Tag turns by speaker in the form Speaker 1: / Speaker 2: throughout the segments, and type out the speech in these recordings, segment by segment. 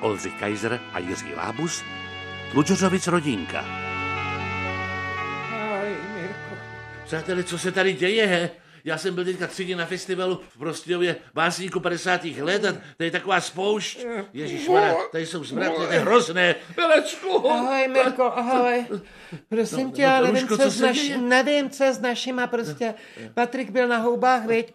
Speaker 1: Oldřich Kaiser a Jiří Lábus, Tlučořovic rodinka.
Speaker 2: Aj, Mirko.
Speaker 3: Přáteli, co se tady děje, he? Já jsem byl teďka tři dny na festivalu v Prostějově básníku 50. let a tady je taková spoušť. Ježíš tady jsou zmraty, to je hrozné. Milecku!
Speaker 2: Ahoj, Mirko, ahoj. Prosím
Speaker 3: No,
Speaker 2: tě,
Speaker 3: no,
Speaker 2: ale
Speaker 3: Tanuško,
Speaker 2: nevím, co,
Speaker 3: co
Speaker 2: s
Speaker 3: se
Speaker 2: naš...
Speaker 3: děje?
Speaker 2: nevím, co s našima prostě. Patrik byl na houbách, viď?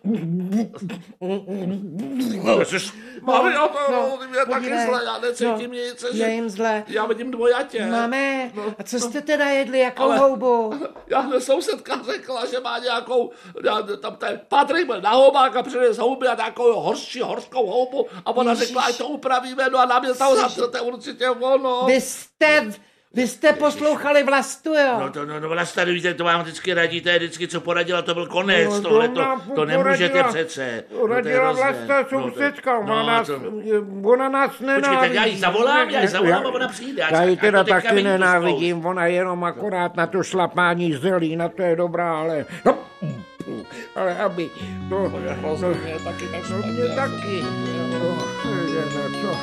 Speaker 3: Ježiš, Mami, já to,
Speaker 2: no,
Speaker 3: no, je taky
Speaker 2: podívej.
Speaker 3: zle, já necítím
Speaker 2: No,
Speaker 3: nic.
Speaker 2: Je
Speaker 3: Ježiš.
Speaker 2: jim zle.
Speaker 3: Já vidím dvojatě.
Speaker 2: Máme,
Speaker 3: No,
Speaker 2: a co jste teda jedli, jakou
Speaker 3: Ale-
Speaker 2: houbu?
Speaker 3: Já hned sousedka řekla, že má nějakou, já- tam ten Patrik byl na houbách a přinesl houby a takovou horší horskou houbu a ona
Speaker 2: Ježiš.
Speaker 3: řekla, ať to upravíme, no a nám je tam to je určitě ono.
Speaker 2: Vy jste, vy jste poslouchali vlastu, jo?
Speaker 3: No to, no, no vlastně tady víte, to vám vždycky radíte, vždycky co poradila, to byl konec,
Speaker 2: No,
Speaker 3: no,
Speaker 2: to
Speaker 3: tohle, to,
Speaker 2: nám
Speaker 3: to nemůžete
Speaker 2: poradila-
Speaker 3: přece. No, to je
Speaker 2: Radila
Speaker 3: hrozné.
Speaker 2: vlastně
Speaker 3: No, to-
Speaker 2: sousedka, ona,
Speaker 3: no,
Speaker 2: nás,
Speaker 3: to-
Speaker 2: ona nás nenávidí.
Speaker 3: Počkejte, já jí zavolám, já jí zavolám
Speaker 2: Já-
Speaker 3: a ona přijde. ať-
Speaker 2: Já ji
Speaker 3: ať to
Speaker 2: teda
Speaker 3: teďka
Speaker 2: taky
Speaker 3: vidí tu
Speaker 2: nenávidím, ona jenom akorát na to šlapání zelí, na to je dobrá, ale... No, ale aby to... to mě taky tak mě taky. No, je, no, co?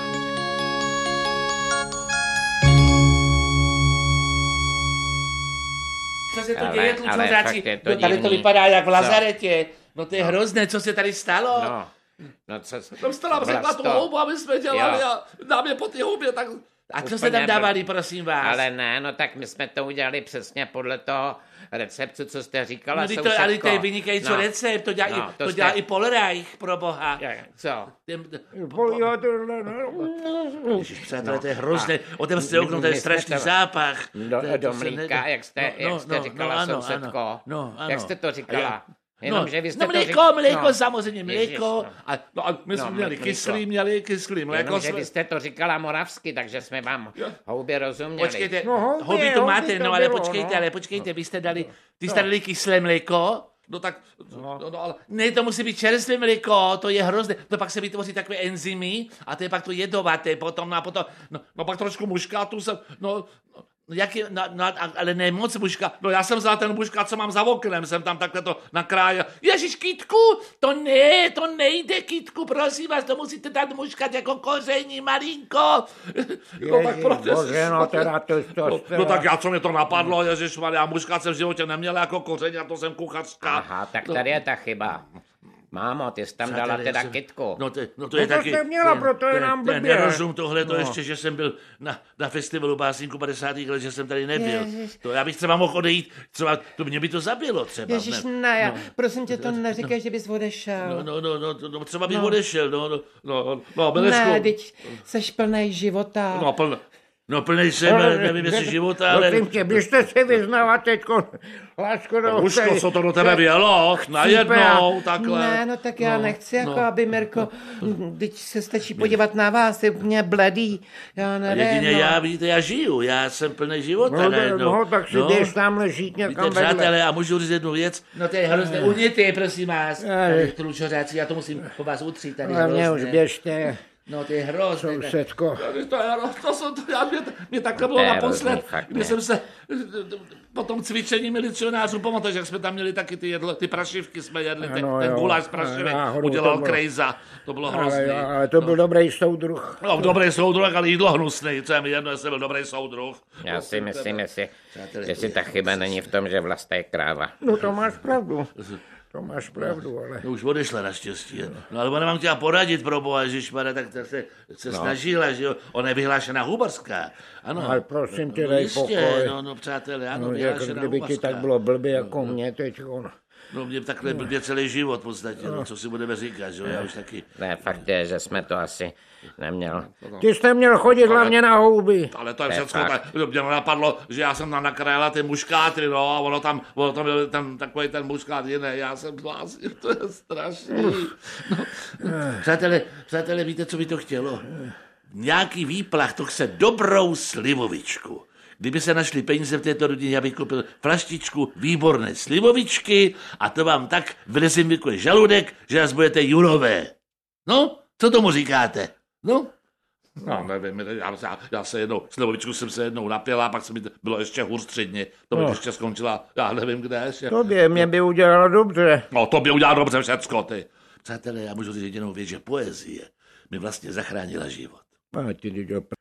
Speaker 3: Co se to
Speaker 4: Ale-
Speaker 3: děje,
Speaker 4: ale
Speaker 3: tlučořáci?
Speaker 4: fakt je to
Speaker 3: No, tady to
Speaker 4: divný.
Speaker 3: vypadá jak v
Speaker 4: Co?
Speaker 3: lazaretě. No to je hrozné, co se tady stalo.
Speaker 4: No, no co...
Speaker 3: Tam jste nám řekla tu
Speaker 4: Vlasto,
Speaker 3: houbu, aby jsme dělali
Speaker 4: Jo.
Speaker 3: a nám je po té houbě, tak... A co jste
Speaker 4: Úplně
Speaker 3: tam dávali, prosím vás?
Speaker 4: Ale ne, no tak my jsme to udělali přesně podle toho receptu, co jste říkala,
Speaker 3: no, teď to, ale to je vynikající
Speaker 4: No.
Speaker 3: recept, to dělá,
Speaker 4: No,
Speaker 3: i, to
Speaker 4: to jste-
Speaker 3: dělá i Polreich, pro boha.
Speaker 4: Jak- Co?
Speaker 3: Ten-
Speaker 2: Pol- jo, to- no, no.
Speaker 3: Ježiš, přátelé, to je hrozné. Otevřte okno, to je
Speaker 4: my jsme
Speaker 3: strašný
Speaker 4: tam-
Speaker 3: zápach.
Speaker 4: Do,
Speaker 3: To je- to
Speaker 4: do
Speaker 3: se
Speaker 4: mlíka,
Speaker 3: nedá.
Speaker 4: jak jste,
Speaker 3: No, no,
Speaker 4: jak jste
Speaker 3: no,
Speaker 4: říkala,
Speaker 3: no, ano,
Speaker 4: sousedko.
Speaker 3: ano, no, ano.
Speaker 4: Jak jste to
Speaker 3: A já-
Speaker 4: říkala? Jenom,
Speaker 3: no,
Speaker 4: že vy jste
Speaker 3: no,
Speaker 4: to
Speaker 3: mlíko,
Speaker 4: říkala.
Speaker 3: mléko, samozřejmě mléko.
Speaker 4: Ježiš, no.
Speaker 3: a, no, a my jsme
Speaker 4: No,
Speaker 3: měli
Speaker 4: mlíko.
Speaker 3: kyslý, měli kyslý mléko.
Speaker 4: Jenom, že
Speaker 3: jsme-
Speaker 4: vy jste to říkala moravsky, takže jsme vám
Speaker 3: Jo.
Speaker 4: houbě rozuměli.
Speaker 3: Počkejte,
Speaker 2: No,
Speaker 3: no,
Speaker 2: hobby,
Speaker 3: hobby to
Speaker 2: hobby
Speaker 3: máte,
Speaker 2: to
Speaker 3: no ale
Speaker 2: bylo,
Speaker 3: počkejte,
Speaker 2: no.
Speaker 3: ale počkejte, vy jste dali, ty jste dali kyslé mléko, No tak, no. No, ale ne, to musí být čerstvé mléko, to je hrozné. To pak se vytvoří takové enzymy a to je pak to jedovaté potom, no a potom, no, no pak trošku muškátu jsem, no, no, jak je, no, no, a- ale ne moc buška. No já jsem vzal ten buška, co mám za oknem, jsem tam takhle to nakrájel. Ježíš, kytku, to ne, to nejde, kytku, prosím vás, to musíte dát muškat jako koření, malinko. No tak
Speaker 2: Ježíš
Speaker 3: proto-
Speaker 2: bože, no teda to- to-
Speaker 3: No, no tak já, co mě to napadlo, ježiš, já muškat jsem v životě neměl jako koření, a to jsem kuchařka.
Speaker 4: Aha, tak
Speaker 3: No.
Speaker 4: tady je ta chyba. Mámo, ty jsi tam dala
Speaker 3: Přátelé, já
Speaker 4: teda
Speaker 3: jsem-
Speaker 4: kytku.
Speaker 3: No, to, no to
Speaker 2: No
Speaker 3: je
Speaker 2: to
Speaker 3: taky...
Speaker 2: jste měla,
Speaker 3: to
Speaker 2: proto je
Speaker 3: to
Speaker 2: nám
Speaker 3: to je
Speaker 2: blbě.
Speaker 3: nerozum tohle, to
Speaker 2: No.
Speaker 3: ještě, že jsem byl na, na festivalu básníku 50. let, že jsem tady nebyl. To já bych třeba mohl odejít, třeba, to mě by to zabilo třeba.
Speaker 2: Ježíš,
Speaker 3: ne?
Speaker 2: ne, já- prosím tě, to neříkej, že bys odešel.
Speaker 3: No, no, no, no, to- no, třeba bych
Speaker 2: No.
Speaker 3: odešel, no, no, no, no, Belesku.
Speaker 2: Ne, teď seš plnej života.
Speaker 3: No, pln, no plnej jsem, ale nevím, jestli života, ale...
Speaker 2: Prosím tě, no běžte se vyznávat no, teďko, lásko, do
Speaker 3: Luško, co to do tebe vělo? Najednou, takhle.
Speaker 2: Ne, no tak já
Speaker 3: No,
Speaker 2: nechci, jako
Speaker 3: no.
Speaker 2: aby, Mirko, teď se stačí podívat na vás, je mě bledý, já
Speaker 3: A
Speaker 2: nevím,
Speaker 3: jedině
Speaker 2: no.
Speaker 3: já, vidíte, já žiju, já jsem plný života
Speaker 2: No, to-
Speaker 3: najednou.
Speaker 2: no, tak si jdeš tamhle žít
Speaker 3: Víte,
Speaker 2: někam vedle.
Speaker 3: přátelé, a můžu říct jednu věc? No to je hrozné. Uměte, prosím vás. Tady Tlučořáci, já to musím po vás utřít. Tady
Speaker 2: Hlavně už
Speaker 3: hrozné.
Speaker 2: běžte,
Speaker 3: No to je hrozné.
Speaker 2: sousedko.
Speaker 3: To, je, no, to, jsou, to já, mě, mě takhle bylo
Speaker 4: To je
Speaker 3: naposled,
Speaker 4: hrozný, fakt,
Speaker 3: kdy
Speaker 4: ne.
Speaker 3: jsem se eh, po tom cvičení milicionářů pamatuju, jak jsme tam měli taky ty, jedlo, ty prašivky, jsme jedli, ten,
Speaker 2: Ano,
Speaker 3: ten
Speaker 2: jo.
Speaker 3: guláš prašivek,
Speaker 2: Náhodou to
Speaker 3: udělal
Speaker 2: bylo.
Speaker 3: krejza, to bylo hrozné.
Speaker 2: Ale, ale to byl dobrý soudruh.
Speaker 3: No, v dobrý soudruh, ale jídlo hnusný, co je mi jedno, jestli byl dobrý soudruh.
Speaker 4: Já si myslím, jestli,
Speaker 3: Přátelé,
Speaker 4: jestli
Speaker 3: to
Speaker 4: ta chyba není v tom, že vlasta je kráva.
Speaker 2: No to máš pravdu, to máš pravdu, ale...
Speaker 3: No už odešla naštěstí. No ale ona vám chtěla poradit pro boha, ježišmarja, tak ta se, se no. snažila, že jo. Ona je vyhlášená hubarská. Ano.
Speaker 2: Ale prosím tě,
Speaker 3: no,
Speaker 2: dej
Speaker 3: jistě,
Speaker 2: pokoj.
Speaker 3: No, no, přátelé, ano,
Speaker 2: No,
Speaker 3: no,
Speaker 2: jako
Speaker 3: vyhlášená
Speaker 2: kdyby ti
Speaker 3: hubarská.
Speaker 2: tak bylo blbě jako mě teďko.
Speaker 3: No mě takhle blbě celý život v podstatě, no. co si budeme říkat, že jo,
Speaker 2: No.
Speaker 3: já už taky.
Speaker 4: Ne, fakt je, že jsme to asi neměl.
Speaker 3: No.
Speaker 2: Ty jste měl chodit hlavně na houby.
Speaker 3: Ale to je
Speaker 4: To je
Speaker 3: všechno,
Speaker 4: fakt.
Speaker 3: tak, mě napadlo, že já jsem tam nakrájela ty muškáty, no, a ono tam, ono tam byl ten, takový ten muškát jiný, já jsem zbláznil, to je strašný. No. Přátelé, přátelé, víte, co by to chtělo? Nějaký výplach, to chce dobrou slivovičku. Kdyby se našli peníze v této rodině, já bych koupil flaštičku výborné slivovičky a to vám tak vydezinfikuje žaludek, že nás budete jurové. No, co tomu říkáte? No, No, nevím, já, já, já se jednou, slivovičku jsem se jednou napila, pak se mi to- bylo ještě hůř tři dny. To mi
Speaker 2: No.
Speaker 3: ještě skončila, já nevím kde ještě.
Speaker 2: Tobě, mě by udělalo dobře.
Speaker 3: No, to by udělal dobře všecko, ty. Přátelé, já můžu říct jedinou věc, že poezie mi vlastně zachránila život.
Speaker 2: A ti jdi do pr...